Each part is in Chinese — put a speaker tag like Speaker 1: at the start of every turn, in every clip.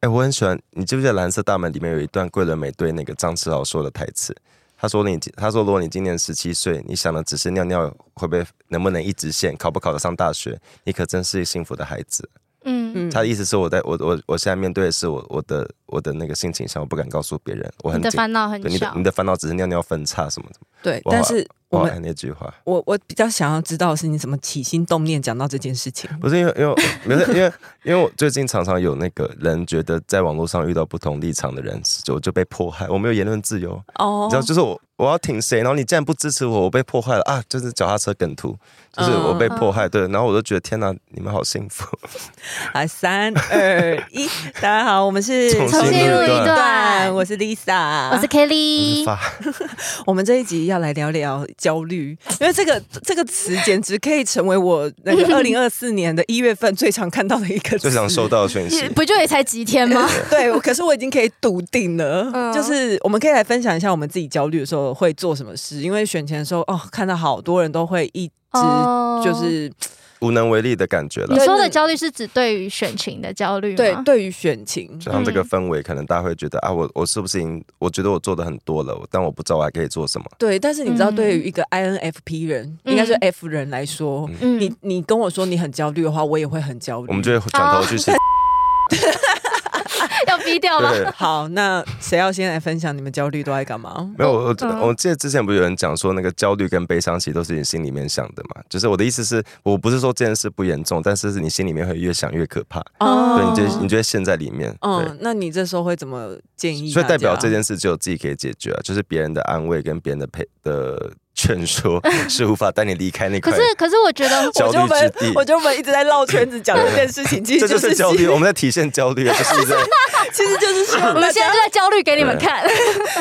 Speaker 1: 哎、我很喜欢，你记不记得《蓝色大门》里面有一段桂纶镁对那个张志豪说的台词？他说你：“他说如果你今年十七岁，你想的只是尿尿会不会能不能一直线，考不考得上大学，你可真是幸福的孩子。
Speaker 2: 嗯，
Speaker 3: 嗯
Speaker 1: 他的意思是我在我我我现在面对的是我我的我的那个性倾向，我不敢告诉别人，我很
Speaker 2: 你的
Speaker 1: 紧
Speaker 2: 烦恼很
Speaker 1: 对你的
Speaker 2: 小
Speaker 1: 你，的烦恼只是尿尿分叉什么的。
Speaker 3: 对，
Speaker 1: 哇
Speaker 3: 但是我
Speaker 1: 哇
Speaker 3: 们，
Speaker 1: 那句话
Speaker 3: 我我比较想要知道的是你怎么起心动念讲到这件事情。
Speaker 1: 不是因为因为没有因为因为我最近常常有那个人觉得在网络上遇到不同立场的人，就就被迫害，我没有言论自由。
Speaker 3: 哦
Speaker 1: 你知道，就是我我要挺谁，然后你竟然不支持我，我被迫害了啊！就是脚踏车梗图，就是我
Speaker 2: 嗯
Speaker 1: 被迫害，对，然后我就觉得天哪，你们好幸福，
Speaker 3: 来，三二 一，大家好，我们是
Speaker 1: 重
Speaker 2: 重
Speaker 1: 新
Speaker 2: 新
Speaker 1: 录
Speaker 2: 录
Speaker 1: 一
Speaker 2: 一
Speaker 1: 段
Speaker 2: 段。
Speaker 3: 我是 Lisa，
Speaker 2: 我是
Speaker 1: 就是
Speaker 2: Kelly，
Speaker 1: 发
Speaker 3: 我们这一集要来聊聊焦虑，因为这个这个词简直可以成为我那 个二零二四年的一月份最常看到的一个词
Speaker 1: 最。想收到的讯息
Speaker 2: 也。 不就也才几天吗？
Speaker 3: 对，我可是我已经可以笃定了，
Speaker 2: 嗯
Speaker 3: 就是我们可以来分享一下我们自己焦虑的时候会做什么事，因为选前的时候哦，看到好多人都会一直
Speaker 2: 哦
Speaker 3: 就是、
Speaker 1: 无能为力的感觉了
Speaker 2: 你。说
Speaker 3: 对
Speaker 2: 的
Speaker 3: 对
Speaker 2: 焦虑是指对于选情的焦虑吗？
Speaker 3: 对对于选情，
Speaker 1: 就像这
Speaker 2: 嗯
Speaker 1: 个氛围，可能大家会觉得啊，我我是不是已经？我觉得我做的很多了，但我不知道我还可以做什么。
Speaker 3: 对，但是你知道，
Speaker 2: 嗯
Speaker 3: 对于一个 INFP 人，应该是 F 人来说，
Speaker 2: 嗯
Speaker 3: 你你跟我说你很焦虑的话，我也会很焦虑。
Speaker 1: 我们就会转
Speaker 2: 啊
Speaker 1: 头去写。
Speaker 2: 要逼掉吗？
Speaker 1: 对，
Speaker 3: 好，那谁要先来分享你们焦虑都在干嘛？
Speaker 1: 没有我
Speaker 2: 嗯
Speaker 1: 我我记得之前不是有人讲说，那个焦虑跟悲伤其实都是你心里面想的嘛。就是我的意思是，我不是说这件事不严重，但是是你心里面会越想越可怕。
Speaker 2: 哦
Speaker 1: 对，你
Speaker 2: 这
Speaker 1: 就你就会陷在里面。对。
Speaker 3: 嗯，那你这时候会怎么建议？
Speaker 1: 所以代表这，件事只有自己可以解决啊，就是别人的安慰跟别人的陪的 劝 说是无法带你离开那
Speaker 2: 可
Speaker 1: 块
Speaker 2: 是可是我觉得
Speaker 1: 焦
Speaker 3: 我就
Speaker 1: 虑之地
Speaker 3: 们。我就们一直在绕圈子讲这件 事情，其
Speaker 1: 这
Speaker 3: 实
Speaker 1: 就
Speaker 3: 就是是
Speaker 1: 焦虑，我们在体现焦虑，啊就是一个
Speaker 3: 其实就是希望
Speaker 2: 我
Speaker 3: 大
Speaker 2: 们现在
Speaker 3: 家，
Speaker 2: 就在焦虑给你们看，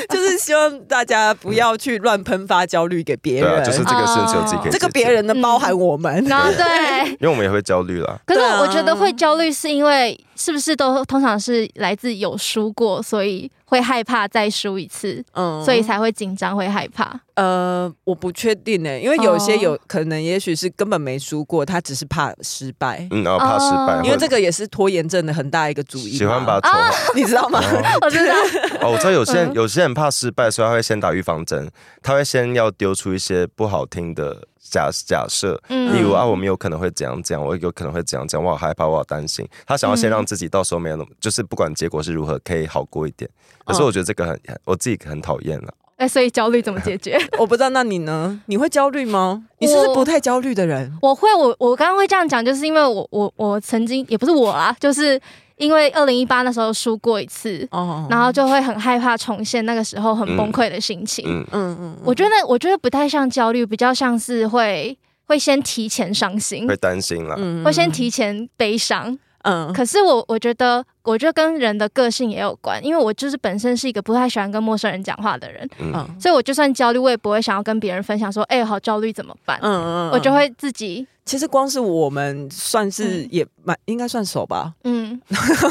Speaker 3: 就是希望大家不要去乱喷发焦虑给 别
Speaker 1: 对啊，
Speaker 3: 人，哦
Speaker 1: 就是这个事情只有自己可以。
Speaker 3: 这个别，人的
Speaker 2: 嗯
Speaker 3: 包含我们。
Speaker 2: 然后对。
Speaker 1: 因为我们也会焦虑啦。
Speaker 2: 可是
Speaker 3: 对啊
Speaker 2: 我觉得会焦虑，是因为是不是都通常是来自有输过，所以会害怕再输一次，
Speaker 3: 嗯
Speaker 2: 所以才会紧张，会害怕。
Speaker 3: 呃，我不确定呢、因为有些
Speaker 2: 哦
Speaker 3: 有、可能，也许是根本没输过，他只是怕失败，
Speaker 1: 嗯，然后怕失败，
Speaker 2: 哦
Speaker 3: 因为
Speaker 1: 或者
Speaker 3: 这个也是拖延症的很大一个主因嘛。啊
Speaker 1: 喜欢 把仇。
Speaker 3: 你知道吗？
Speaker 2: 我知道，
Speaker 1: 哦，我知道有些
Speaker 3: 嗯
Speaker 1: 人有些人怕失败，所以他会先打预防针，他会先要丢出一些不好听的假假设，
Speaker 2: 嗯
Speaker 1: 例如啊，我们有可能会怎样怎样，我有可能会怎样怎样，我好害怕，我好担心。他想要先让自己到时候没有那么，就是不管结果是如何，可以好过一点。可是我觉得这个很，我自己很讨厌啊了。
Speaker 2: 哎，所以焦虑怎么解决？
Speaker 3: 我不知道，那你呢？你会焦虑吗？你是不是
Speaker 2: 我
Speaker 3: 不太焦虑的人？
Speaker 2: 我会，我我刚刚会这样讲，就是因为我我我曾经也不是我啦，就是因为二零一八那时候输过一次，
Speaker 3: 哦，
Speaker 2: 然后就会很害怕重现那个时候很
Speaker 1: 嗯
Speaker 2: 崩溃的心情。
Speaker 1: 嗯，
Speaker 3: 嗯嗯，
Speaker 2: 我觉得我觉得不太像焦虑，比较像是会会先提前伤心
Speaker 1: 会，担心啦。
Speaker 3: 嗯
Speaker 2: 会先提前悲伤。
Speaker 3: 嗯
Speaker 2: 可是我我觉得，我觉得跟人的个性也有关，因为我就是本身是一个不太喜欢跟陌生人讲话的人，
Speaker 1: 嗯，
Speaker 3: 嗯
Speaker 2: 所以我就算焦虑，我也不会想要跟别人分享说，哎、好焦虑怎么办？
Speaker 3: 嗯
Speaker 2: 我就。会自己
Speaker 3: 其实光是我们算是也蛮应该算熟吧。
Speaker 2: 嗯，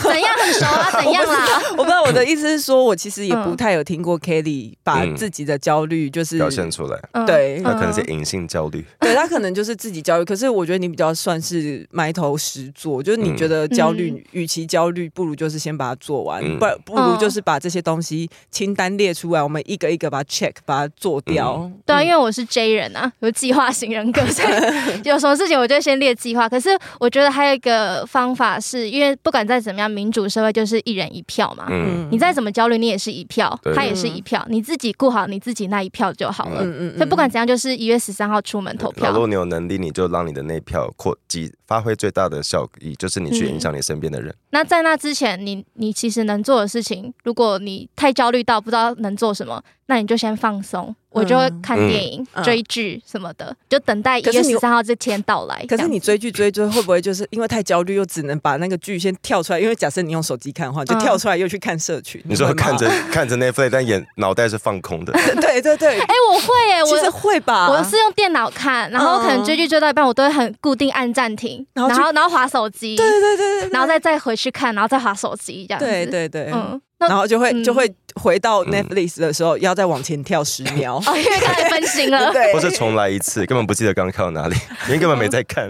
Speaker 2: 怎样很熟 啊？怎样啦？
Speaker 3: 我不知道我的意思是说，我其实也
Speaker 2: 嗯
Speaker 3: 不太有听过 Kelly 把
Speaker 1: 嗯
Speaker 3: 自己的焦虑就是
Speaker 1: 表现出来，
Speaker 2: 嗯
Speaker 3: 对
Speaker 1: 那可能是隐性焦虑。
Speaker 3: 对他可能就是自己焦虑，可是我觉得你比较算是埋头实做，就是
Speaker 1: 嗯
Speaker 3: 你觉得焦
Speaker 2: 嗯
Speaker 3: 虑，与、其焦虑，不如就是先把它做完，
Speaker 1: 嗯
Speaker 3: 不然不如就是把这些东西清单列出来，我们一个一个把它 check 把它做掉。
Speaker 1: 嗯
Speaker 2: 对啊，因为我是 J 人啊，有计划型人格， 所以有什么事情我就先列计划。可是我觉得还有一个方法是，因为不管再怎么样，民主社会就是一人一票嘛。
Speaker 1: 嗯，
Speaker 2: 你再怎么焦虑，你也是一票
Speaker 1: 对，
Speaker 2: 他也是一票，你自己顾好你自己那一票就好了。
Speaker 3: 嗯嗯
Speaker 2: 所以不管怎样，就是一月十三号出门投
Speaker 1: 然后
Speaker 2: 票
Speaker 1: 如。果你有能力，你就让你的那票扩及发挥最大的效益，就是你去影响你身边的人。
Speaker 2: 那在那之前，你你其实能做的事情，如果你太焦虑到不知道能做什么，那你就先放松。我就会看电影、
Speaker 3: 嗯
Speaker 2: 追剧什么的，就等待一
Speaker 3: 可是
Speaker 2: 月
Speaker 3: 你
Speaker 2: 十三号这天到来。
Speaker 3: 可
Speaker 2: 这
Speaker 3: 是
Speaker 2: 样
Speaker 3: 你追剧追追，会不会就是因为太焦虑，又只能把那个剧先跳出来？因为假设你用手机看的话，就
Speaker 2: 嗯
Speaker 3: 跳出来又去看社群。
Speaker 1: 你说
Speaker 3: 会吗
Speaker 1: 看着看着那 play，但眼脑袋是放空的。
Speaker 3: 对对对，
Speaker 2: 哎、我会哎、
Speaker 3: 其实
Speaker 2: 我
Speaker 3: 会吧。
Speaker 2: 我是用电脑看，然后可能追剧追到一半，我都会很固定按暂停，
Speaker 3: 嗯
Speaker 2: 然
Speaker 3: 然后
Speaker 2: 后
Speaker 3: 就
Speaker 2: 然后划手机，
Speaker 3: 对对对对
Speaker 2: 然后再再回去看，然后再划手机这样子。
Speaker 3: 对对对对，
Speaker 2: 嗯，那
Speaker 3: 然后就会、
Speaker 2: 嗯
Speaker 3: 就会回到
Speaker 1: 嗯
Speaker 3: Netflix 的时候，要再往前跳 十秒。
Speaker 2: 哦，因为刚才分心了，
Speaker 3: 对，
Speaker 1: 或是重来一次，根本不记得刚刚看到哪里， 因为根本没在 看。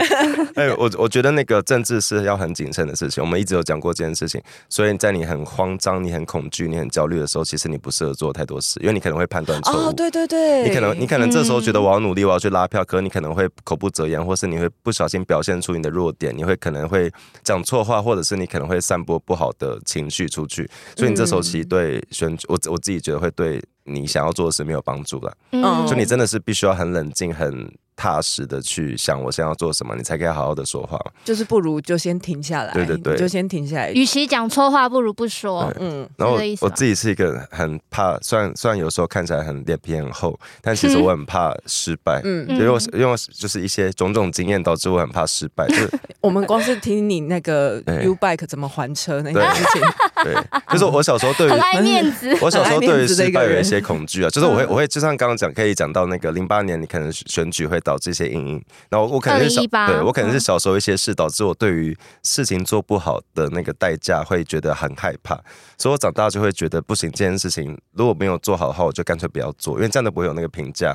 Speaker 1: 哎，我我觉得那个政治是要很谨慎的事情，我们一直有讲过这件事情。所以在你很慌张、你很恐惧、你很焦虑的时候，其实你不适合做太多事，因为你可能会判断错误。
Speaker 3: 哦，对对对，
Speaker 1: 你可能你可能这时候觉得我要努力，我要去拉票，可是你可能会口不择言，或是你会不小心表现出你的弱点，你会可能会讲错话，或者是你可能会散播不好的情绪出去，所以你这时候其实
Speaker 3: 嗯
Speaker 1: 对选举，我我自己觉得会对你想要做的事没有帮助了。
Speaker 3: 嗯
Speaker 1: 就你真的是必须要很冷静、很踏实的去想我现在要做什么，你才可以好好的说话。
Speaker 3: 就是不如就先停下来，
Speaker 1: 对对对
Speaker 3: 你就先停下来。
Speaker 2: 与其讲错话，不如不说
Speaker 1: 对。
Speaker 3: 嗯，
Speaker 1: 然后
Speaker 2: 这个意思啊
Speaker 1: 我
Speaker 2: 吧
Speaker 1: 自己是一个很怕，虽然虽然有时候看起来很脸皮很厚，但其实我很怕失败。
Speaker 3: 嗯
Speaker 1: 因为我因为我就是一些种种经验导致我很怕失败，就是
Speaker 3: 我们光是听你那 个
Speaker 1: 对
Speaker 3: U Bike 怎么还车那
Speaker 1: 哎对
Speaker 3: 件事情，
Speaker 1: 对，就是我小时候对于
Speaker 2: 很爱面 子，
Speaker 1: 我小时候对于失败有一些恐惧啊，就是我
Speaker 3: 嗯
Speaker 1: 会我会就像刚刚讲，可以讲到那个零八年，你可能选举会导致一些阴影，然后
Speaker 3: 嗯
Speaker 1: 我可能是小
Speaker 2: 2018
Speaker 1: 对我可能是
Speaker 2: 嗯
Speaker 1: 小时候一些事导致我对于事情做不好的那个代价会觉得很害怕，所以我长大就会觉得不行，这件事情如果没有做好的话，我就干脆不要做，因为这样都不会有那个评价。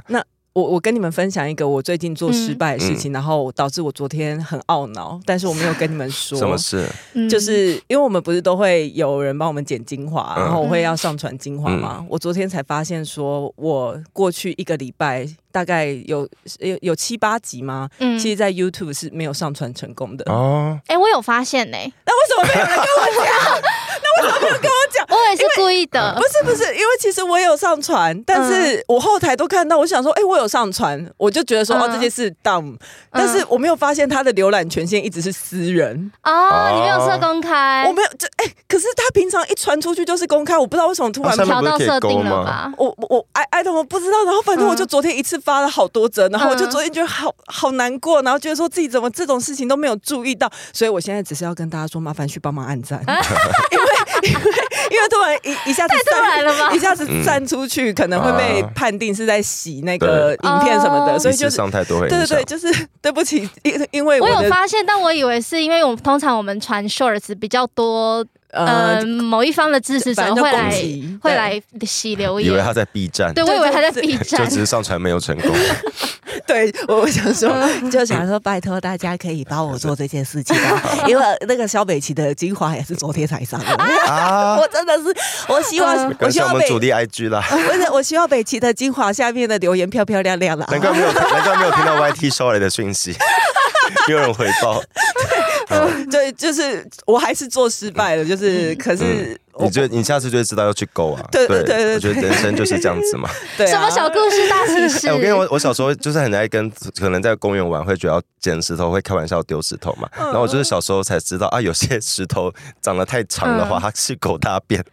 Speaker 3: 我我跟你们分享一个我最近做
Speaker 1: 嗯
Speaker 3: 失败的事情，然后导致我昨天很懊恼，但是我没有跟你们说。
Speaker 1: 什么事？
Speaker 2: 嗯
Speaker 3: 就是因为我们不是都会有人帮我们剪精华，
Speaker 1: 嗯
Speaker 3: 然后我会要上传精华嘛。我昨天才发现，说我过去一个礼拜大概有有有七八集吗？
Speaker 2: 嗯
Speaker 3: 其实，在 YouTube 是没有上传成功的。
Speaker 1: 哦，
Speaker 2: 哎，我有发现呢，
Speaker 3: 那为什么没有人跟我 讲？那为什么没有跟我讲？
Speaker 2: 我也是故意的
Speaker 3: 不。是不是，因为其实我有上传，但是我后台都看到，我想说，哎、我有上传，我就觉得说，哦，
Speaker 2: 嗯嗯
Speaker 3: 这件事 dumb，但是我没有发现它的浏览权限一直是私人，
Speaker 2: 哦，你没有设公开
Speaker 3: 我，
Speaker 1: 哦
Speaker 3: 没有这，哎、可是它平常一传出去就是公开，我不知道为什么突然
Speaker 1: 哦。上面
Speaker 2: 调
Speaker 1: 不是
Speaker 2: 到
Speaker 1: 可以
Speaker 2: 设定
Speaker 1: 勾
Speaker 2: 了
Speaker 1: 吗
Speaker 2: 吧？
Speaker 3: 我我我哎哎，我不知道。然后反正
Speaker 2: 嗯
Speaker 3: 我就昨天一次发了好多折，然后我就
Speaker 2: 嗯
Speaker 3: 昨天觉得好好难过，然后觉得说自己怎么这种事情都没有注意到，所以我现在只是要跟大家说，麻烦去帮忙按 赞，因为因为因为突然一一下子
Speaker 2: 突然了吧
Speaker 3: 一下
Speaker 1: 嗯
Speaker 3: 子散出去，可能会被
Speaker 1: 啊
Speaker 3: 判定是在洗那个影片什么的，
Speaker 2: 哦
Speaker 3: 所以
Speaker 1: 一
Speaker 3: 就
Speaker 1: 次
Speaker 3: 是
Speaker 1: 上太多会
Speaker 3: 对对
Speaker 1: 影响
Speaker 3: 对，。就是对不起，因因为
Speaker 2: 我
Speaker 3: 我
Speaker 2: 有
Speaker 3: 的
Speaker 2: 发现，但我以为是因为我们通常我们传 shorts 比较多，
Speaker 3: 呃
Speaker 1: 啊
Speaker 2: 呃，，某一方的支持
Speaker 3: 反
Speaker 2: 者
Speaker 3: 正就
Speaker 2: 会来
Speaker 3: 攻击
Speaker 2: 会
Speaker 3: 对
Speaker 2: 来洗留
Speaker 1: 以为
Speaker 2: 言
Speaker 1: 他，在 B 站，
Speaker 2: 对
Speaker 1: 就
Speaker 2: 我以为他在
Speaker 3: 对
Speaker 2: B 站
Speaker 1: 只，是上传没有成功。
Speaker 3: 对我我想说，
Speaker 2: 嗯
Speaker 4: 就想说，拜托大家可以帮我做这件事情吧，
Speaker 3: 啊
Speaker 4: 因为那个萧美琪的精华也是昨天才上的。
Speaker 1: 啊
Speaker 4: 我真的是，我希望，
Speaker 2: 嗯
Speaker 4: 我
Speaker 1: 感
Speaker 4: 希
Speaker 1: 谢我
Speaker 4: 望
Speaker 1: 们
Speaker 4: 北，
Speaker 1: 主力 IG 啦，
Speaker 4: 不是，我希望北琪的精华下面的留言漂漂亮亮啦。
Speaker 1: 难怪没有，难怪没有听到 YT 收来的讯息，没有人回报。
Speaker 3: 对， 就是我还是做失败了，就是可是我
Speaker 1: 嗯你就你下次就会知道要去勾啊。
Speaker 3: 对对对对
Speaker 1: 我觉得人生就是这样子嘛。
Speaker 3: 对啊
Speaker 2: 什么小故事大喜事？
Speaker 1: 哎，我跟你我我小时候就是很爱跟，可能在公园玩会觉得要捡石头，会开玩笑丢石头嘛。然后我就是小时候才知道啊，有些石头长得太长的话，
Speaker 2: 嗯
Speaker 1: 它是狗大便。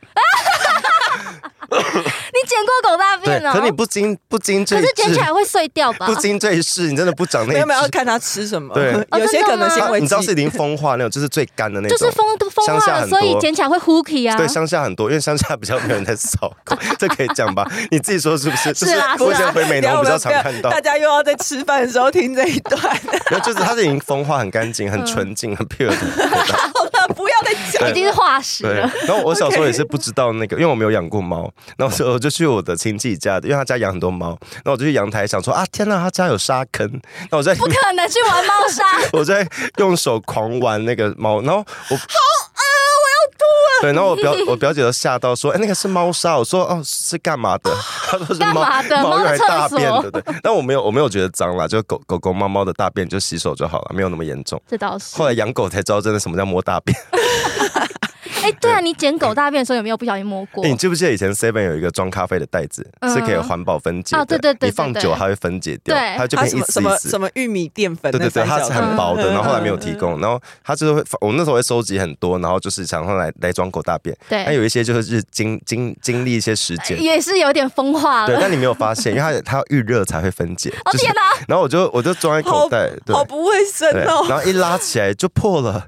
Speaker 2: 你捡过狗大
Speaker 1: 对
Speaker 2: 便，哦？
Speaker 1: 可你不经不经这
Speaker 2: 可
Speaker 1: 一
Speaker 2: 是捡起
Speaker 1: 事，
Speaker 2: 来会碎掉吧
Speaker 1: 不？经这一事，你真的不长那
Speaker 3: 没有没有要
Speaker 1: 一只。
Speaker 3: 看他吃什么，
Speaker 1: 对
Speaker 2: 哦
Speaker 3: 有些
Speaker 2: 真的
Speaker 3: 可能
Speaker 2: 吗
Speaker 3: 纤
Speaker 1: 它
Speaker 3: 维
Speaker 1: 你知道
Speaker 3: 质
Speaker 1: 是已经风化那种，就是最干的那
Speaker 2: 就
Speaker 1: 种，
Speaker 2: 是风风
Speaker 1: 乡
Speaker 2: 化
Speaker 1: 下
Speaker 2: 了，
Speaker 1: 很
Speaker 2: 所
Speaker 1: 多
Speaker 2: 以捡起来会 hooky 啊。
Speaker 1: 对，乡下很多， 因为乡下比较没有人在扫 狗，这可以讲吧？你自己说是不是？就是
Speaker 2: 啦
Speaker 1: 我以
Speaker 2: 是
Speaker 1: 前
Speaker 2: 啦
Speaker 1: 回美
Speaker 3: 等一下
Speaker 1: 农
Speaker 3: 我
Speaker 1: 比较
Speaker 3: 们
Speaker 1: 常
Speaker 3: 啊不要
Speaker 1: 看到
Speaker 3: 大。家又要在吃饭的时候听这一段，
Speaker 1: 然后就是它是已经风化很干净、
Speaker 3: 嗯
Speaker 1: 很纯净、很 pure 的味道。
Speaker 3: 好了，不要再讲
Speaker 2: 已。经是化石
Speaker 1: 对
Speaker 3: 嗯
Speaker 2: 了。，
Speaker 1: 然后我小时候也是不知道那个，因为我没有养过猫，然后我就去我的亲戚家，因为他家养很多猫，然后我就去阳台想说啊，天呐，他家有沙坑，那我在里
Speaker 2: 不
Speaker 1: 面，
Speaker 2: 可能去玩猫砂，
Speaker 1: 我在用手狂玩那个猫，然后我好饿，我要吐了。对，然后我表我表姐都吓到说，哎，那个是猫砂，我说哦是干嘛的？ 她说是
Speaker 2: 干
Speaker 1: 猫
Speaker 2: 嘛的
Speaker 1: 猫
Speaker 2: 猫
Speaker 1: 用来
Speaker 2: 厕
Speaker 1: 大便
Speaker 2: 所
Speaker 1: 的，对。但我没有我没有觉得脏啦，就狗狗狗猫猫的大便就洗手就好了，没有那么严重。
Speaker 2: 这倒是
Speaker 1: 后。来养狗才知道，真的什么叫摸大便。
Speaker 2: 哎，对啊，你捡狗大便的时候有没有不小心摸过
Speaker 1: 欸？你记不记得以前 Seven 有一个装咖啡的袋子，
Speaker 2: 嗯
Speaker 1: 是可以环保分解的？
Speaker 2: 哦对对对对
Speaker 1: 你放久它会分解掉，
Speaker 2: 对
Speaker 1: 它就
Speaker 3: 啊
Speaker 1: 变
Speaker 3: 什
Speaker 1: 一
Speaker 3: 么
Speaker 1: 丝
Speaker 3: 什
Speaker 1: 一
Speaker 3: 么
Speaker 1: 丝
Speaker 3: 什。么玉米淀粉？
Speaker 1: 对对对，
Speaker 3: 那
Speaker 1: 它
Speaker 3: 三角
Speaker 1: 是
Speaker 3: 形
Speaker 1: 很薄的，
Speaker 2: 嗯
Speaker 1: 然后后来没有提供，然后它就是会放，我那时候会收集很多，然后就是想用来来装狗大便，
Speaker 2: 对
Speaker 1: 那有一些就是经经经历一些时 间，
Speaker 2: 也是有点风化
Speaker 1: 对，
Speaker 2: 了。
Speaker 1: 但你没有发现，因为它它要预热才会分解，
Speaker 2: 哦
Speaker 1: 就是
Speaker 2: 天，哪！
Speaker 1: 然后我就我就装在口袋，对
Speaker 3: 好不卫生
Speaker 1: 对，
Speaker 3: 哦。
Speaker 1: 然后一拉起来就破 了。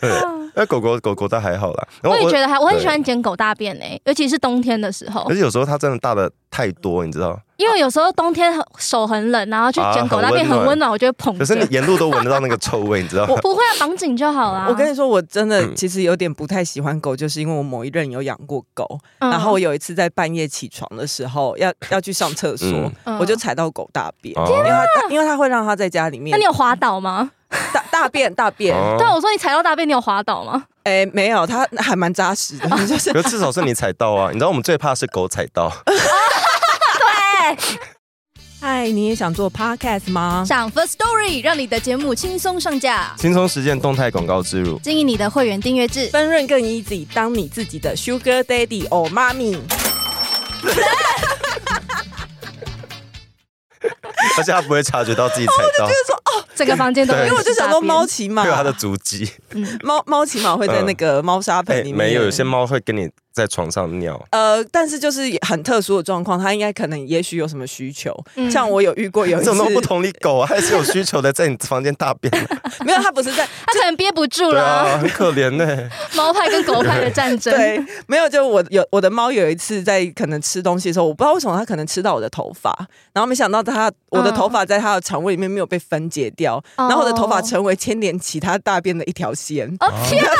Speaker 1: 对，那狗狗狗狗倒还好啦，然
Speaker 2: 我
Speaker 1: 后
Speaker 2: 也觉得还，我很喜
Speaker 1: 对
Speaker 2: 欸欢捡狗大便诶，尤其是冬天的时候
Speaker 1: 而，且有时候它真的大的太多，你知道？
Speaker 2: 因为有时候冬天很手很冷，然后去卷狗大便
Speaker 1: 啊很温
Speaker 2: 很
Speaker 1: 暖
Speaker 2: 温暖，我就会捧
Speaker 1: 可是你
Speaker 2: 着。
Speaker 1: 沿路都闻得到那个臭味，你知道吗？
Speaker 2: 不会啊，绑紧就好啦。
Speaker 3: 我跟你说，我真的
Speaker 1: 嗯
Speaker 3: 其实有点不太喜欢狗，就是因为我某一任有养过狗，
Speaker 2: 嗯，
Speaker 3: 啊然后我有一次在半夜起床的时候， 要要去上厕所
Speaker 1: 嗯，
Speaker 2: 嗯
Speaker 3: 我就踩到狗大便，
Speaker 1: 哦
Speaker 3: 因为它它因为它会让它在家里面
Speaker 2: 那你有滑倒吗？
Speaker 3: 大大便大便，
Speaker 1: 哦
Speaker 2: 对，啊我说你踩到大便，你有滑倒吗？
Speaker 3: 哎，没有，它还蛮扎实 的，就是
Speaker 1: 可是至少是你踩到啊！你知道我们最怕是狗踩 到，
Speaker 2: 对，
Speaker 3: 嗨，你也想做 podcast 吗？
Speaker 2: 上 First Story 让你的节目轻松上架，
Speaker 1: 轻松实践动态广告植入。
Speaker 2: 经营你的会员订阅制。
Speaker 3: 分润更 easy，当你自己的 sugar daddy or mommy。
Speaker 1: 而且它不会察觉到自己踩到，
Speaker 2: 整个房间都
Speaker 1: 对
Speaker 3: 因为我就想说猫骑马
Speaker 1: 会，有它啊的足迹。
Speaker 3: 猫猫骑马会在那个猫砂盆
Speaker 1: 哎
Speaker 3: 里，面。
Speaker 1: 没有，有些猫会跟你在床上尿。
Speaker 3: 呃，但是就是很特殊的状况，它应该可能也许有什么需求。
Speaker 2: 嗯
Speaker 3: 像我有遇过有一
Speaker 1: 这
Speaker 3: 次
Speaker 1: 种，都不同理狗啊，还是有需求的，在你房间大
Speaker 3: 啊
Speaker 1: 便。
Speaker 3: 没有，它不是在
Speaker 2: 他可能憋不住
Speaker 1: 对啊，
Speaker 2: 了，
Speaker 1: 很可怜呢。
Speaker 2: 猫派跟狗派的战争。
Speaker 3: 对，没有，就我有我的猫有一次在可能吃东西的时候，我不知道为什么它可能吃到我的头发，然后没想到它我的头发在它的肠胃里面没有被分解掉，
Speaker 2: 哦
Speaker 3: 然后我的头发成为牵连其他大便的一条线。
Speaker 2: 哦天啊，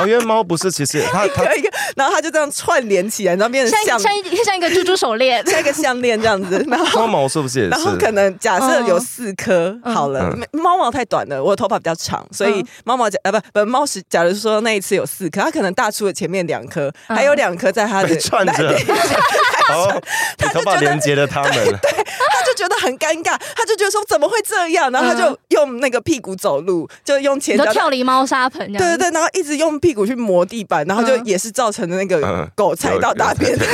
Speaker 1: 哦，因为猫不是，其实它它
Speaker 3: 一个，然后它就这样串联起来，然后变成
Speaker 2: 哦像
Speaker 3: 项
Speaker 2: 像一像一个猪猪手链，
Speaker 3: 像一个项链这样子， 然后
Speaker 1: 猫毛是不是也
Speaker 3: 然后
Speaker 1: 是？
Speaker 3: 可能假设有
Speaker 2: 嗯
Speaker 3: 四颗
Speaker 2: 嗯
Speaker 3: 好了，
Speaker 1: 嗯
Speaker 3: 没猫毛太短了，我的头发比较长，所以
Speaker 2: 嗯
Speaker 3: 猫毛假呃不不猫是假如说那一次有四颗，它可能大出了前面两颗，
Speaker 2: 嗯
Speaker 3: 还有两颗在它的
Speaker 1: 被串着
Speaker 3: 对
Speaker 1: 哦，你头发连接了它们。啊
Speaker 3: 它就觉得很尴尬，它就觉得说怎么会这样，然后它就
Speaker 2: 嗯
Speaker 3: 用那个屁股走路，就用前
Speaker 2: 你
Speaker 3: 脚
Speaker 2: 都。跳离猫砂盆这
Speaker 3: 对
Speaker 2: 样。
Speaker 3: 对对，然后一直用屁股去磨地板，然后就
Speaker 2: 嗯
Speaker 3: 也是造成的那个
Speaker 1: 嗯
Speaker 3: 狗踩到大便
Speaker 1: 有有。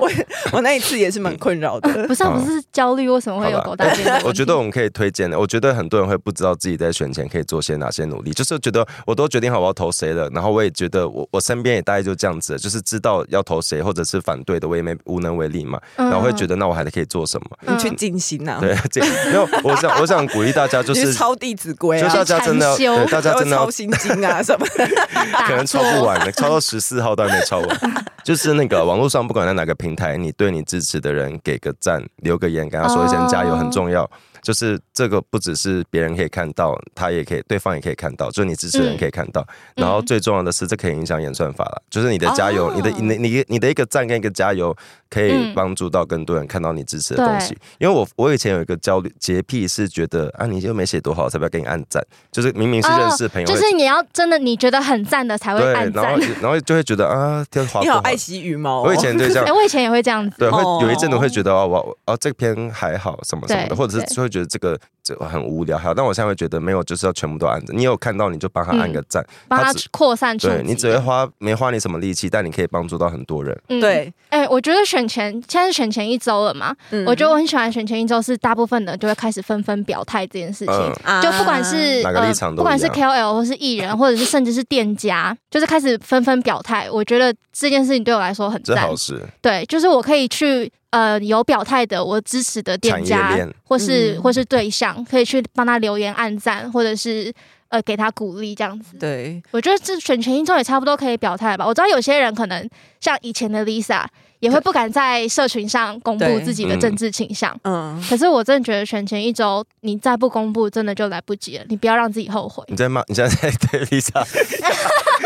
Speaker 3: 我我那一次也是蛮困扰的。
Speaker 2: 不是、啊，不是焦虑，为什么会有狗大 便的问
Speaker 1: 嗯
Speaker 2: 题？
Speaker 1: 我觉得我们可以推荐的。我觉得很多人会不知道自己在选前可以做些哪些努力， 就是觉得我都决定好我要投谁了，然后我也觉得我我身边也大概就这样子了，就是知道要投谁或者是反对的，我也没无能为力嘛，
Speaker 2: 嗯
Speaker 1: 然后会觉得那我还可以做什么？
Speaker 3: 你去
Speaker 2: 嗯
Speaker 3: 静心啊，
Speaker 1: 对，这没有，我想我想鼓励大家就
Speaker 3: 你去
Speaker 1: 是。
Speaker 3: 抄《弟子规》
Speaker 1: 就
Speaker 3: 啊，
Speaker 1: 是大家真的要，
Speaker 2: 禅修
Speaker 1: 对大家真的
Speaker 3: 抄
Speaker 1: 要
Speaker 3: 《心经》 啊什么的。
Speaker 2: 打
Speaker 1: 可能抄不完的，抄到十四号都还没抄 完。就是那个网络上，不管在哪个平台，你对你支持的人给个赞，留个言，跟他说一声
Speaker 2: 哦
Speaker 1: 加油很重要。就是这个不只是别人可以看到，他也可以，对方也可以看到，就是你支持的人可以看到。然后最重要的是，这可以影响演算法了，就是你的加油，
Speaker 2: 嗯哦
Speaker 1: 你的你你你的一个赞跟一个加油，可以
Speaker 2: 嗯
Speaker 1: 帮助到更多人看到你支持的东西。因为我我以前有一个焦虑洁癖，是觉得啊，你又没写多好，才不要给你按赞。就是明明是
Speaker 2: 哦
Speaker 1: 认识的朋友
Speaker 2: 就
Speaker 1: 会
Speaker 2: 是你要真的你觉得很赞的才会
Speaker 1: 对，
Speaker 2: 按
Speaker 1: 然
Speaker 2: 赞
Speaker 1: 后。然后就会觉得啊，天滑
Speaker 3: 你
Speaker 1: 不
Speaker 3: 好
Speaker 1: 好。
Speaker 3: 爱惜羽毛哦，
Speaker 1: 我以前就这
Speaker 2: 哎、
Speaker 1: 样，
Speaker 2: 我以前也会这样子。
Speaker 1: 对，会
Speaker 3: 哦
Speaker 1: 有一阵子会觉得哦，我我哦这篇还好什么什么的，
Speaker 2: 对
Speaker 1: 或者
Speaker 2: 对
Speaker 1: 是会觉得这个这很无聊。还好，但我现在会觉得没有，就是要全部都按着。你有看到你就帮他按
Speaker 3: 嗯
Speaker 1: 个赞，
Speaker 2: 帮
Speaker 1: 他
Speaker 2: 它
Speaker 1: 只
Speaker 2: 扩散出。
Speaker 1: 对你只会花没花你什么力气，但你可以帮助到很多人。
Speaker 2: 嗯。
Speaker 3: 对，
Speaker 2: 哎、我觉得选前现在是选前一周了嘛，
Speaker 3: 嗯
Speaker 2: 我觉得我很喜欢选前一周，是大部分的人就会开始纷纷表态这件事情。
Speaker 1: 嗯，
Speaker 3: 啊
Speaker 2: 就不管是
Speaker 1: 哪个立场
Speaker 2: 呃、
Speaker 1: 都
Speaker 2: 不管是
Speaker 1: 一
Speaker 2: KOL 或是艺人，或者是甚至是店家，就是开始纷纷表态。我觉得这件事情对我来说很
Speaker 1: 这
Speaker 2: 赞
Speaker 1: 好，事。
Speaker 2: 对，就是我可以去呃有表态的，我支持的店
Speaker 1: 产业
Speaker 2: 家
Speaker 1: 链，
Speaker 2: 或是、
Speaker 3: 嗯
Speaker 2: 或是对象，可以去帮他留言、按赞，或者是呃给他鼓励这样子。
Speaker 3: 对，
Speaker 2: 我觉得这选全一周也差不多可以表态吧。我知道有些人可能像以前的 Lisa，也会不敢在社群上公布
Speaker 3: 对
Speaker 2: 自己的
Speaker 1: 嗯
Speaker 2: 政治倾向。
Speaker 3: 嗯，
Speaker 2: 可是我真的觉得选前一周，你再不公布，真的就来不及了。你不要让自己后悔。
Speaker 1: 你在骂？你现在 在对 Lisa？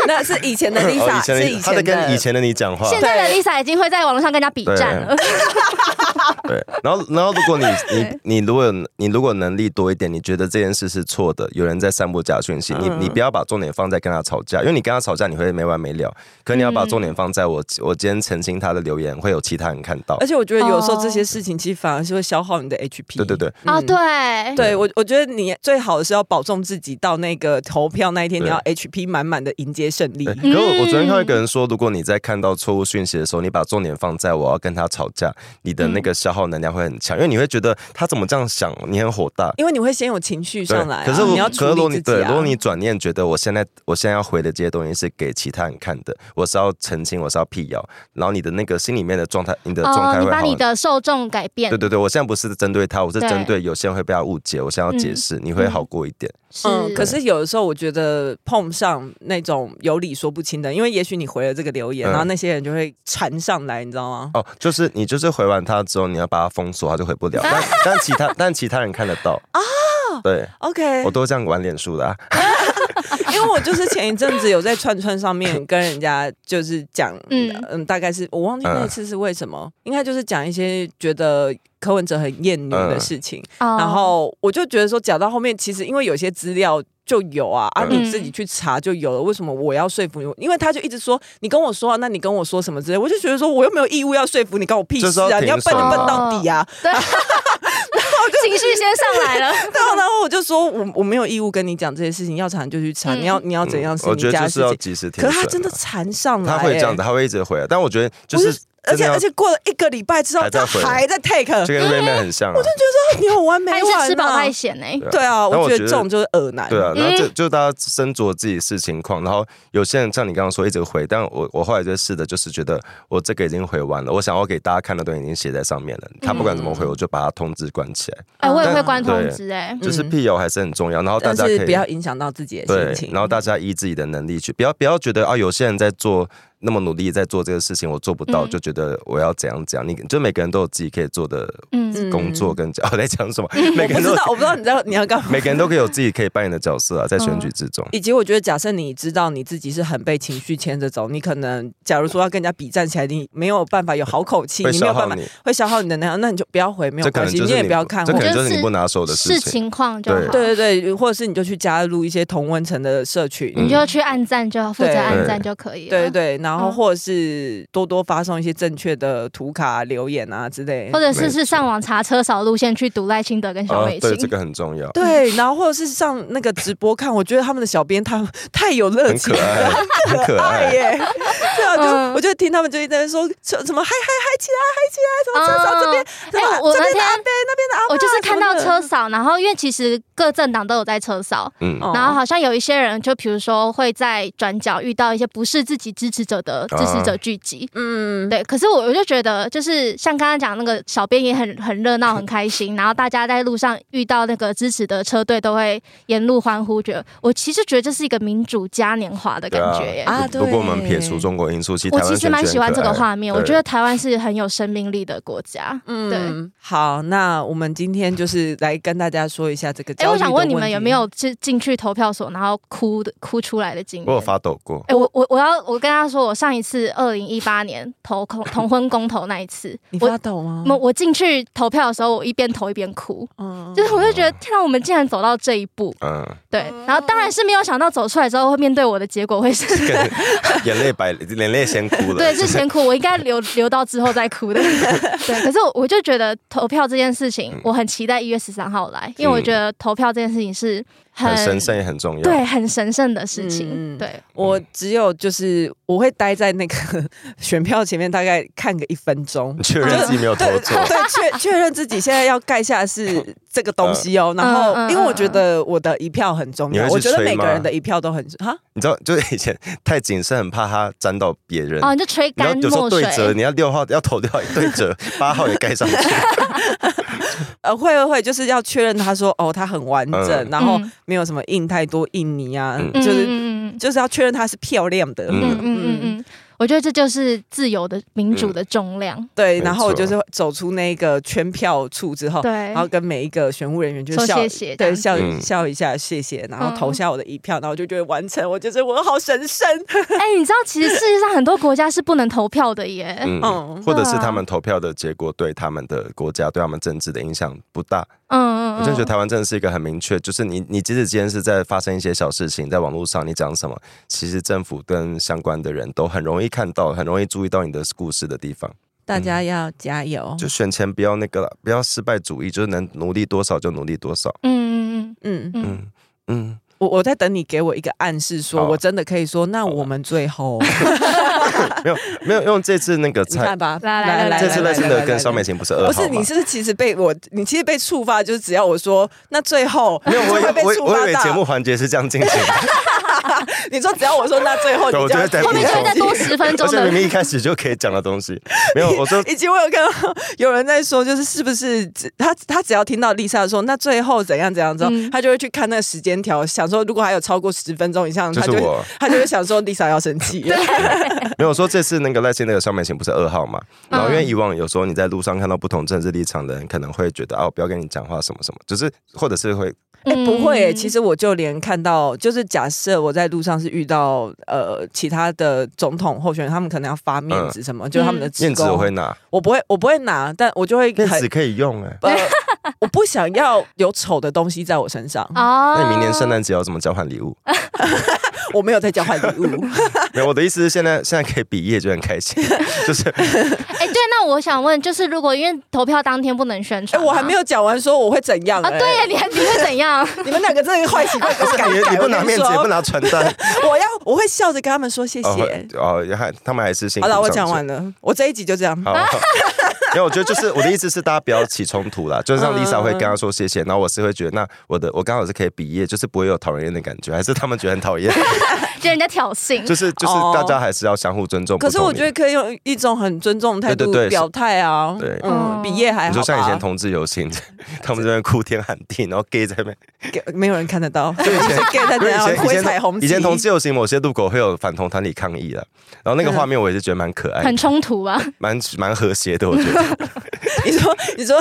Speaker 3: 那是 以前的 Lisa，
Speaker 1: 的
Speaker 3: 是以
Speaker 1: Lisa，他在
Speaker 3: 前
Speaker 1: 哦跟以
Speaker 3: 的。
Speaker 1: 前的你讲话。
Speaker 2: 现在的 Lisa 已经会在网络上跟人家比战了，
Speaker 1: 对，然后然后如果 你你你如果有你如果能力多一点，你觉得这件事是错的，有人在散布假讯息，你
Speaker 3: 嗯
Speaker 1: 你不要把重点放在跟他吵架，因为你跟他吵架你会没完没了。可你要把
Speaker 3: 嗯
Speaker 1: 重点放在我我今天澄清他的留言，会有其他人看到
Speaker 3: 而。且我觉得有时候这
Speaker 2: 哦
Speaker 3: 些事情其实反而是会消耗你的 HP。
Speaker 1: 对对对，
Speaker 3: 嗯
Speaker 2: 啊，对，
Speaker 3: 对我我觉得你最好的是要保重自己到那个投票那一天，
Speaker 1: 对
Speaker 3: 你要 HP 满满的迎接胜利
Speaker 1: 对。可我我昨天看到一
Speaker 3: 嗯
Speaker 1: 个人说，如果你在看到错误讯息的时候，你把重点放在我要跟他吵架，你的
Speaker 3: 嗯
Speaker 1: 那个消耗能量会很强，因为你会觉得他怎么这样想，你很火大。
Speaker 3: 因为你会先有情绪
Speaker 1: 对，
Speaker 3: 上来啊，
Speaker 1: 可是我
Speaker 3: 你要处
Speaker 1: 可是如果
Speaker 3: 理
Speaker 1: 你
Speaker 3: 自己
Speaker 1: 对，
Speaker 3: 啊
Speaker 1: 如果你转念觉得我现在我现在要回的这些东西是给其他人看的，我是要澄清，我是要辟谣，然后你的那个心里面的状态，你的状
Speaker 2: 哦，
Speaker 1: 态
Speaker 2: 你
Speaker 1: 会
Speaker 2: 把
Speaker 1: 好
Speaker 2: 你
Speaker 1: 很多。
Speaker 2: 的受众改变
Speaker 1: 对，对对，我现在不是针对他，我是
Speaker 2: 对
Speaker 1: 针对有些人会被他误解，我现在要解释，你会好过一点。
Speaker 2: 是，
Speaker 3: 嗯，可是有的时候我觉得碰上那种有理说不清的，因为也许你回了这个留言，
Speaker 1: 嗯
Speaker 3: 然后那些人就会缠上来，你知道吗？
Speaker 1: 哦，就是你就是回完他之后，你要把他封锁，他就回不 了。但但其他但其他人看得到啊。
Speaker 3: 哦
Speaker 1: 对，
Speaker 3: OK，
Speaker 1: 哦我都这样玩脸书的、啊。
Speaker 3: 因为我就是前一阵子有在串串上面跟人家就是讲，嗯
Speaker 2: 嗯
Speaker 3: 大概是我忘记
Speaker 1: 嗯
Speaker 3: 那次是为什么，应该就是讲一些觉得柯文哲很厌女
Speaker 1: 嗯
Speaker 3: 的事情，
Speaker 2: 哦
Speaker 3: 然后我就觉得说讲到后面，其实因为有些资料。就有啊，啊，
Speaker 2: 嗯
Speaker 3: 你自己去查就有了。为什么我要说服你？因为他就一直说你跟我说、啊，那你跟我说什么之类，我就觉得说我又没有义务要说服你，关我屁
Speaker 1: 这
Speaker 3: 事
Speaker 1: 时候
Speaker 3: 啊！
Speaker 1: 挺
Speaker 3: 你要笨就
Speaker 1: 爽
Speaker 3: 笨
Speaker 1: 的
Speaker 3: 到底啊！
Speaker 2: 对，情绪先上来了，
Speaker 3: 对啊，然后我就说我我没有义务跟你讲这些事情，要查你就去查，
Speaker 2: 嗯
Speaker 3: 你要你要哦怎样
Speaker 1: 嗯
Speaker 3: 是
Speaker 1: 我
Speaker 3: 你
Speaker 1: 觉得
Speaker 3: 家
Speaker 1: 就
Speaker 3: 的
Speaker 1: 是
Speaker 3: 事情
Speaker 1: 要。及时停
Speaker 3: 可
Speaker 1: 损、啊
Speaker 3: 是他真的缠上来、
Speaker 1: 他会这样子，他会一直回来。啊但我觉得就
Speaker 3: 不是
Speaker 1: 是，
Speaker 3: 而且
Speaker 1: 真的要
Speaker 3: 而且过了一个礼拜之后，
Speaker 1: 还在
Speaker 3: 他
Speaker 1: 回
Speaker 3: 还在 take，
Speaker 1: 就跟妹妹很像、啊。
Speaker 3: 你有完没
Speaker 2: 还
Speaker 3: 完、啊？
Speaker 2: 是吃饱太闲呢。
Speaker 3: 对啊，
Speaker 1: 但
Speaker 3: 我
Speaker 1: 我
Speaker 3: 觉
Speaker 1: 觉
Speaker 3: 得
Speaker 1: 得
Speaker 3: 这种就是恶男。
Speaker 1: 对啊，然后就
Speaker 2: 嗯
Speaker 1: 就大家斟酌自己是情况，然后有些人像你刚刚说一直回，但我我后来就试的就是觉得我这个已经回完了，我想要给大家看的东西已经写在上面了，他不管怎
Speaker 3: 嗯
Speaker 1: 么回，我就把它通知关起来，
Speaker 2: 哎，我也
Speaker 3: 但
Speaker 2: 会关通知哎，
Speaker 1: 就是辟谣还是很重要，然后大
Speaker 3: 嗯但
Speaker 1: 家
Speaker 3: 是
Speaker 1: 可
Speaker 3: 不
Speaker 1: 以
Speaker 3: 要影响到自己的
Speaker 1: 对
Speaker 3: 心，情。
Speaker 1: 然后大家依自己的能力去，不要不要觉得啊，有些人在做那么努力在做这个事情，我做不到，
Speaker 2: 嗯
Speaker 1: 就觉得我要怎样怎样，你就每个人都有自己可以做的
Speaker 2: 嗯，
Speaker 1: 工作跟角，我哦在讲 什么， 每个
Speaker 3: 我
Speaker 1: 人
Speaker 3: 不
Speaker 1: 都
Speaker 3: 知道，我不知道你在你要干嘛。
Speaker 1: 每个人都可以有自己可以扮演的角色啊，在选举之中。
Speaker 3: 以及我觉得，假设你知道你自己是很被情绪牵着走，你可能假如说要跟人家比战起来，你没有办法有好口气，
Speaker 1: 会
Speaker 3: 你没有
Speaker 1: 消
Speaker 3: 办
Speaker 1: 耗
Speaker 3: 法
Speaker 1: 你，
Speaker 3: 会消耗你的能量，那你就不要回，没有
Speaker 1: 这可
Speaker 3: 关
Speaker 1: 能
Speaker 3: 系，
Speaker 1: 就是
Speaker 3: 你也不要看
Speaker 1: 这可
Speaker 3: 我。
Speaker 1: 能就是你不拿手的
Speaker 2: 视
Speaker 1: 事情。
Speaker 2: 情况就好
Speaker 1: 对，
Speaker 3: 对对对，或者是你就去加入一些同温层的社群，
Speaker 1: 嗯
Speaker 2: 你就去按赞就好，负责
Speaker 3: 对
Speaker 2: 按赞就可以了。
Speaker 3: 对对，然后
Speaker 2: 嗯
Speaker 3: 或者是多多发送一些正确的图卡、留言啊之类
Speaker 2: 或。者
Speaker 1: 没
Speaker 2: 是是上网查车少路线去读赖清德跟小
Speaker 1: 啊，
Speaker 2: 美
Speaker 1: 对，
Speaker 2: 琴，
Speaker 1: 这个很重要，
Speaker 3: 对，然后或者是上那个直播看，我觉得他们的小编他们 太有热
Speaker 1: 很
Speaker 3: 情
Speaker 1: 可
Speaker 3: 了，
Speaker 1: 爱，很可
Speaker 3: 爱
Speaker 1: 爱。
Speaker 3: 耶！ 对啊，就、
Speaker 2: 嗯
Speaker 3: 我就听他们就一直在说什什么嗨嗨嗨起来，嗨起来，什么车少这边，什
Speaker 2: 哎
Speaker 3: 么、
Speaker 2: 我
Speaker 3: 这边
Speaker 2: 那
Speaker 3: 的
Speaker 2: 天
Speaker 3: 阿伯，那边的阿伯，
Speaker 2: 我就是看到
Speaker 3: 什么的
Speaker 2: 车少，然后因为其实各政党都有在车少，
Speaker 1: 嗯，
Speaker 3: 哦
Speaker 2: 然后好像有一些人，就比如说会在转角遇到一些不是自己支持者的支持者聚集。
Speaker 3: 嗯，
Speaker 2: 对，可是我我就觉得，就是像刚刚讲那个小编也很很热 闹，很开心，然后大家在路上遇到那个支持的车队，都会沿路欢呼，觉得我其实觉得这是一个民主嘉年华的感觉耶。
Speaker 3: 啊
Speaker 1: 如果我们
Speaker 3: 对
Speaker 1: 撇除中国因素，其实
Speaker 2: 我
Speaker 1: 台湾
Speaker 2: 其实
Speaker 1: 选举
Speaker 2: 蛮喜欢
Speaker 1: 很
Speaker 2: 这
Speaker 1: 可
Speaker 2: 个
Speaker 1: 爱
Speaker 2: 画面，我
Speaker 1: 对
Speaker 2: 觉得台湾是很有生命力的国家。嗯，对。
Speaker 3: 嗯，好，那我们今天就是来跟大家说一下这个。
Speaker 2: 哎、我想问你们有没？有进进去投票所，然后哭的哭出来的经
Speaker 1: 我有
Speaker 2: 验？
Speaker 1: 发抖过，
Speaker 2: 哎、我我我要我跟他说，我上一次二零一八年投同同婚公投那一次，
Speaker 3: 你发
Speaker 2: 我
Speaker 3: 抖吗？
Speaker 2: 我我进去投票的时候，我一边投一边哭，
Speaker 3: 嗯，
Speaker 2: 就是我就觉得天啊，我们竟然走到这一步，
Speaker 1: 嗯，
Speaker 2: 对。然后当然是没有想到走出来之后会面对我的结果会是，
Speaker 1: 眼泪白，眼泪先哭了。
Speaker 2: 对，是先哭，我应该留留到之后再哭 的，对。可是我我就觉得投票这件事
Speaker 1: 嗯
Speaker 2: 情，我很期待一月十三号来，因为我觉得投票这件事情是很
Speaker 1: 很神圣也很重要。
Speaker 2: 对，很神圣的事情，
Speaker 3: 嗯嗯
Speaker 2: 对。
Speaker 3: 我只有就是我会待在那个 选票前面，大概看个一分钟
Speaker 1: 你。确认自己没有投
Speaker 3: 对
Speaker 1: 错，
Speaker 3: 对，确确认自己现在要盖下的是这个东西哦。然后，
Speaker 2: 嗯嗯
Speaker 3: 因为我觉得我的一票很重
Speaker 1: 你
Speaker 3: 要，
Speaker 1: 会去
Speaker 3: 我觉得
Speaker 1: 吹
Speaker 3: 每个
Speaker 1: 吗
Speaker 3: 人的一票都很哈。
Speaker 1: 你知道，就是以前太谨慎，很怕他沾到别人。
Speaker 2: 哦，你就吹
Speaker 1: 你要
Speaker 2: 干
Speaker 1: 嗯有时候
Speaker 2: 墨
Speaker 1: 对
Speaker 2: 水，
Speaker 1: 折，你要六号要投掉对折，八号也盖上去。
Speaker 3: 呃，会会会，就是要确认他说哦，他很完整，
Speaker 1: 嗯
Speaker 3: 然后
Speaker 2: 嗯
Speaker 3: 没有什么印太多印尼啊，
Speaker 1: 嗯
Speaker 2: 嗯
Speaker 3: 就是、
Speaker 2: 嗯嗯嗯
Speaker 3: 就是要确认他是漂亮的。
Speaker 1: 嗯
Speaker 2: 嗯嗯嗯嗯，我觉得这就是自由的民
Speaker 1: 嗯
Speaker 2: 主的重量。
Speaker 3: 对，
Speaker 1: 没
Speaker 3: 然后我
Speaker 1: 错
Speaker 3: 就是走出那个圈票处之后，
Speaker 2: 对
Speaker 3: 然后跟每一个选务人员就
Speaker 2: 说
Speaker 3: 笑，
Speaker 2: 谢谢这
Speaker 3: 对，
Speaker 2: 样
Speaker 3: 笑、
Speaker 1: 嗯
Speaker 3: 笑一下，谢谢，然后投
Speaker 2: 嗯
Speaker 3: 下我的一票，然后我就觉得完成，我觉得我好神 圣，
Speaker 2: 哎、你知道其实世界上很多国家是不能投票的耶。
Speaker 3: 哦
Speaker 1: 嗯，或者是他们投票的结果对他们的国家、对他们政治的影响不大。
Speaker 2: 嗯嗯
Speaker 1: 我真的觉得台湾真的是一个很明确，就是你你即使今天是在发生一些小事情，在网络上你讲什么，其实政府跟相关的人都很容易看到，很容易注意到你的故事的地方。
Speaker 3: 大家要加油。
Speaker 1: 嗯就选前不要那个了，不要失败主义，就是能努力多少就努力多少。
Speaker 2: 嗯嗯
Speaker 3: 嗯，
Speaker 2: 嗯嗯
Speaker 1: 嗯嗯，
Speaker 3: 我我在等你给我一个暗示说，
Speaker 1: 好啊
Speaker 3: 我真的可以说，那我们最 后
Speaker 1: 没有没有用这次那个
Speaker 3: 你
Speaker 1: 蔡
Speaker 3: 看，吧，
Speaker 2: 来来来
Speaker 1: 这次赖清
Speaker 3: 来
Speaker 1: 德
Speaker 3: 来
Speaker 1: 跟萧
Speaker 3: 来
Speaker 1: 美琴不是二号
Speaker 3: 不是，你
Speaker 1: 吗
Speaker 3: 是不是其实被我，你其实被触发，就是只要我说那最后
Speaker 1: 没有，我
Speaker 3: 就会被
Speaker 1: 以
Speaker 3: 触
Speaker 1: 我我以
Speaker 3: 发
Speaker 1: 为节目
Speaker 3: 到。
Speaker 1: 环节是这样进行的，
Speaker 3: 你说只要我说那最后，
Speaker 1: 对
Speaker 3: 你
Speaker 1: 我觉
Speaker 3: 要
Speaker 1: 得在
Speaker 2: 后面就会再多十分
Speaker 1: 而
Speaker 2: 钟
Speaker 1: 且
Speaker 2: 的
Speaker 1: 明。明一开始就可以讲的东西，没有，我说
Speaker 3: 以及我有看到有人在说，就是是不是只他他只要听到丽莎说那最后怎样怎样之后，
Speaker 2: 嗯
Speaker 3: 他就会去看那个时间条，想说如果还有超过十分钟以上，
Speaker 1: 就
Speaker 3: 他
Speaker 1: 是
Speaker 3: 就会
Speaker 1: 我，
Speaker 3: 他就会想说 Lisa 要生气 了。
Speaker 1: 没有我说这次那个赖清德的上半型不是二号嘛？
Speaker 3: 嗯
Speaker 1: 然后因为以往有时候你在路上看到不同政治立场的人，可能会觉得哦，不要跟你讲话什么什么，就是或者是会
Speaker 3: 哎、
Speaker 2: 嗯
Speaker 3: 不会、其实我就连看到，就是假设我在路上是遇到呃其他的总统候选人，他们可能要发面子什么，就他们的职
Speaker 1: 嗯面子
Speaker 3: 工
Speaker 1: 我会拿，
Speaker 3: 我不会，我不会拿，但我就会
Speaker 1: 面
Speaker 3: 很
Speaker 1: 子可以用哎、
Speaker 3: 呃，我不想要有丑的东西在我身上，
Speaker 2: 哦
Speaker 1: 那你明年啊圣诞节要怎么交换 礼物？
Speaker 3: 我没有在交换礼 物。
Speaker 1: 没有，我的意思是现在现在可以比耶就很开 心，就是
Speaker 2: 哎、对，那我想问，就是如果因为投票当天不能宣
Speaker 3: 哎、
Speaker 2: 传吗，
Speaker 3: 我还没有讲完，说我会怎样、
Speaker 2: 啊，
Speaker 3: 哎
Speaker 2: 对呀，你还你会怎样？
Speaker 3: 你们两个真的坏习 惯给我改
Speaker 1: 你
Speaker 3: 改。
Speaker 1: 你不
Speaker 3: 我跟
Speaker 1: 拿面子
Speaker 3: 说
Speaker 1: 也不拿传单，
Speaker 3: 我要我会笑着跟他们说谢谢。
Speaker 1: 哦哦，还他们还是辛苦
Speaker 3: 好
Speaker 1: 上
Speaker 3: 了，
Speaker 1: 进。
Speaker 3: 我讲完了，我这一集就这样。
Speaker 1: 好，因为我觉得就是我的意思是，大家不要起冲突 啦。就是像
Speaker 3: 嗯
Speaker 1: Lisa 会跟他说谢谢，然后我是会觉得，那我的我刚好是可以毕业，就是不会有讨人厌的感觉，还是他们觉得很讨厌？
Speaker 2: 觉得人家挑衅，
Speaker 1: 就是就是
Speaker 3: 哦
Speaker 1: 大家还是要相互尊重。
Speaker 3: 可是我
Speaker 1: 不
Speaker 3: 觉
Speaker 1: 同
Speaker 3: 得
Speaker 1: 意
Speaker 3: 可以用一种很尊重的态度
Speaker 1: 对对对
Speaker 3: 表态啊，
Speaker 1: 对
Speaker 2: 哦
Speaker 3: 嗯，比耶还好吧。
Speaker 1: 你说像以前同志游行， 他们这边哭天喊地，然后 gay 在那 边，
Speaker 3: 给没有人看得到，
Speaker 1: 对以前
Speaker 3: gay 在
Speaker 1: 因
Speaker 3: 怎
Speaker 1: 为以
Speaker 3: 样
Speaker 1: 前
Speaker 3: 挥
Speaker 1: 以
Speaker 3: 彩
Speaker 1: 前
Speaker 3: 虹旗
Speaker 1: 以前同志游行某些路口会有反同团体抗议了，然后那个画面我也是觉得蛮可爱
Speaker 2: 很，冲突啊。
Speaker 1: 蛮蛮和谐的，我觉得。
Speaker 3: 你说你说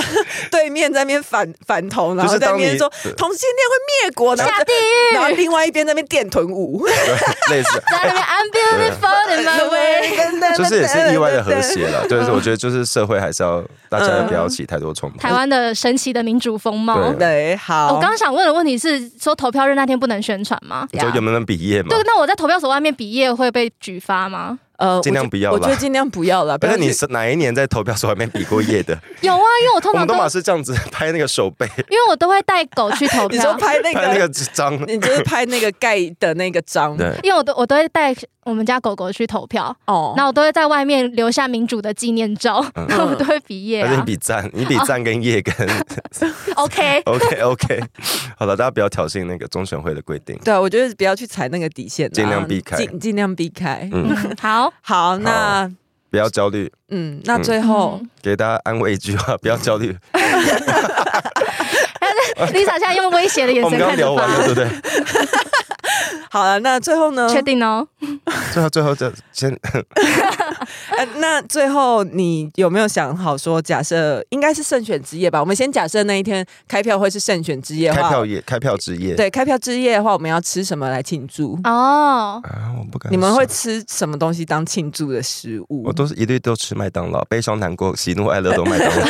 Speaker 3: 对面在那边反反同，然
Speaker 1: 就
Speaker 3: 后
Speaker 1: 是
Speaker 3: 在
Speaker 1: 当
Speaker 3: 那
Speaker 1: 你
Speaker 3: 边说
Speaker 1: 对
Speaker 3: 同性恋会灭
Speaker 1: 哎
Speaker 3: 国，然后
Speaker 2: 下地
Speaker 3: 狱，然后另外一边在那边电臀舞，
Speaker 1: 对，类 似。
Speaker 2: 在那 边 I'm beautiful in my way。
Speaker 1: 就是也是意外的和谐了，
Speaker 3: 嗯
Speaker 1: 就是我觉得就是社会还是要大家不要起太多冲突。
Speaker 2: 台湾的神奇的民主风貌。
Speaker 1: 对
Speaker 3: 对，好，
Speaker 2: 我刚刚想问的问题是，说投票日那天不能宣传吗？
Speaker 1: 你说有没有人毕业嘛
Speaker 2: 对，？那我在投票所外面比耶会被举发 吗？
Speaker 3: 呃
Speaker 1: 尽量
Speaker 3: 我觉
Speaker 1: 不要啦
Speaker 3: 我觉得尽量不要了。不
Speaker 1: 而
Speaker 3: 要
Speaker 1: 且你
Speaker 3: 去
Speaker 1: 是哪一年在投票所外面比过夜的？
Speaker 2: 有啊，因为我通
Speaker 1: 我
Speaker 2: 常
Speaker 1: 们
Speaker 2: 都
Speaker 1: 都马是这样子拍那个手背，
Speaker 2: 因为我都会带狗去投
Speaker 3: 你说
Speaker 2: 票，
Speaker 3: 拍那
Speaker 1: 拍那个，
Speaker 3: 个
Speaker 1: 章。
Speaker 3: 你就是拍那个盖的那个章，
Speaker 1: 对，
Speaker 2: 因为我都我都会带我们家狗狗去投票，
Speaker 3: 哦
Speaker 2: 然后我都会在外面留下民主的纪念照，
Speaker 1: 嗯
Speaker 2: 我们都会比耶
Speaker 1: 而且你
Speaker 2: 啊。
Speaker 1: 比赞，你比赞跟夜跟
Speaker 2: OK，
Speaker 1: OK OK。好了，大家不要挑衅那个中选会的规定。
Speaker 3: 对，啊我觉得不要去踩那个底线啦，
Speaker 1: 尽量避开
Speaker 3: 尽尽量避开。
Speaker 1: 嗯，
Speaker 2: 嗯， 好，
Speaker 3: 好，那
Speaker 1: 不要焦虑，
Speaker 3: 嗯，那最后
Speaker 2: 嗯
Speaker 1: 给大家安慰一句话， 不要焦虑。
Speaker 2: Lisa 现在用威胁的眼
Speaker 1: 哦我们刚
Speaker 2: 神看
Speaker 1: 刚
Speaker 2: 着
Speaker 1: 聊完了，
Speaker 2: 吧，
Speaker 1: 对不对？
Speaker 3: 好了，那最后呢？
Speaker 2: 确定哦。
Speaker 1: 最后最后就先
Speaker 3: 呃，那最后你有没有想好说，假设应该是胜选之夜吧？我们先假设那一天开票会是胜选之夜的
Speaker 1: 开
Speaker 3: 话，
Speaker 1: 票夜，开票之夜。
Speaker 3: 对，开票之夜的话，我们要吃什么来庆祝？
Speaker 1: 嗯
Speaker 2: 哦，
Speaker 1: 啊，我不敢想。
Speaker 3: 你们会吃什么东西当庆祝的食物？
Speaker 1: 我都是一律都吃麦当劳，悲伤、难过、喜怒哀乐都麦当劳。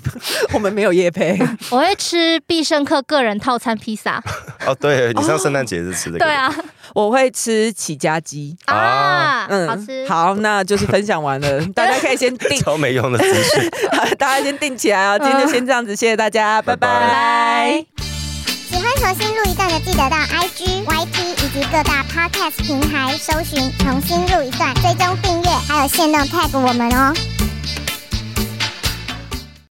Speaker 3: 我们没有 夜配，
Speaker 2: 我会吃必胜客个人套餐披萨。
Speaker 1: 哦，对你上圣诞节是吃这个，
Speaker 2: 对，啊，
Speaker 3: 我会吃起家鸡。
Speaker 2: 啊，
Speaker 3: 嗯，
Speaker 2: 好吃。
Speaker 3: 好，那就是分享 完了，大家可以 先定，
Speaker 1: 超没用的资讯。
Speaker 3: 大家先定起来哦。今天就先这样子，谢谢大家，
Speaker 1: 拜拜
Speaker 3: 拜拜
Speaker 5: 喜欢重新录一段的，记得到 IG、YT 以及各大 Podcast 平台搜寻“重新录一段”，追踪订阅，还有限定 tag 我们哦。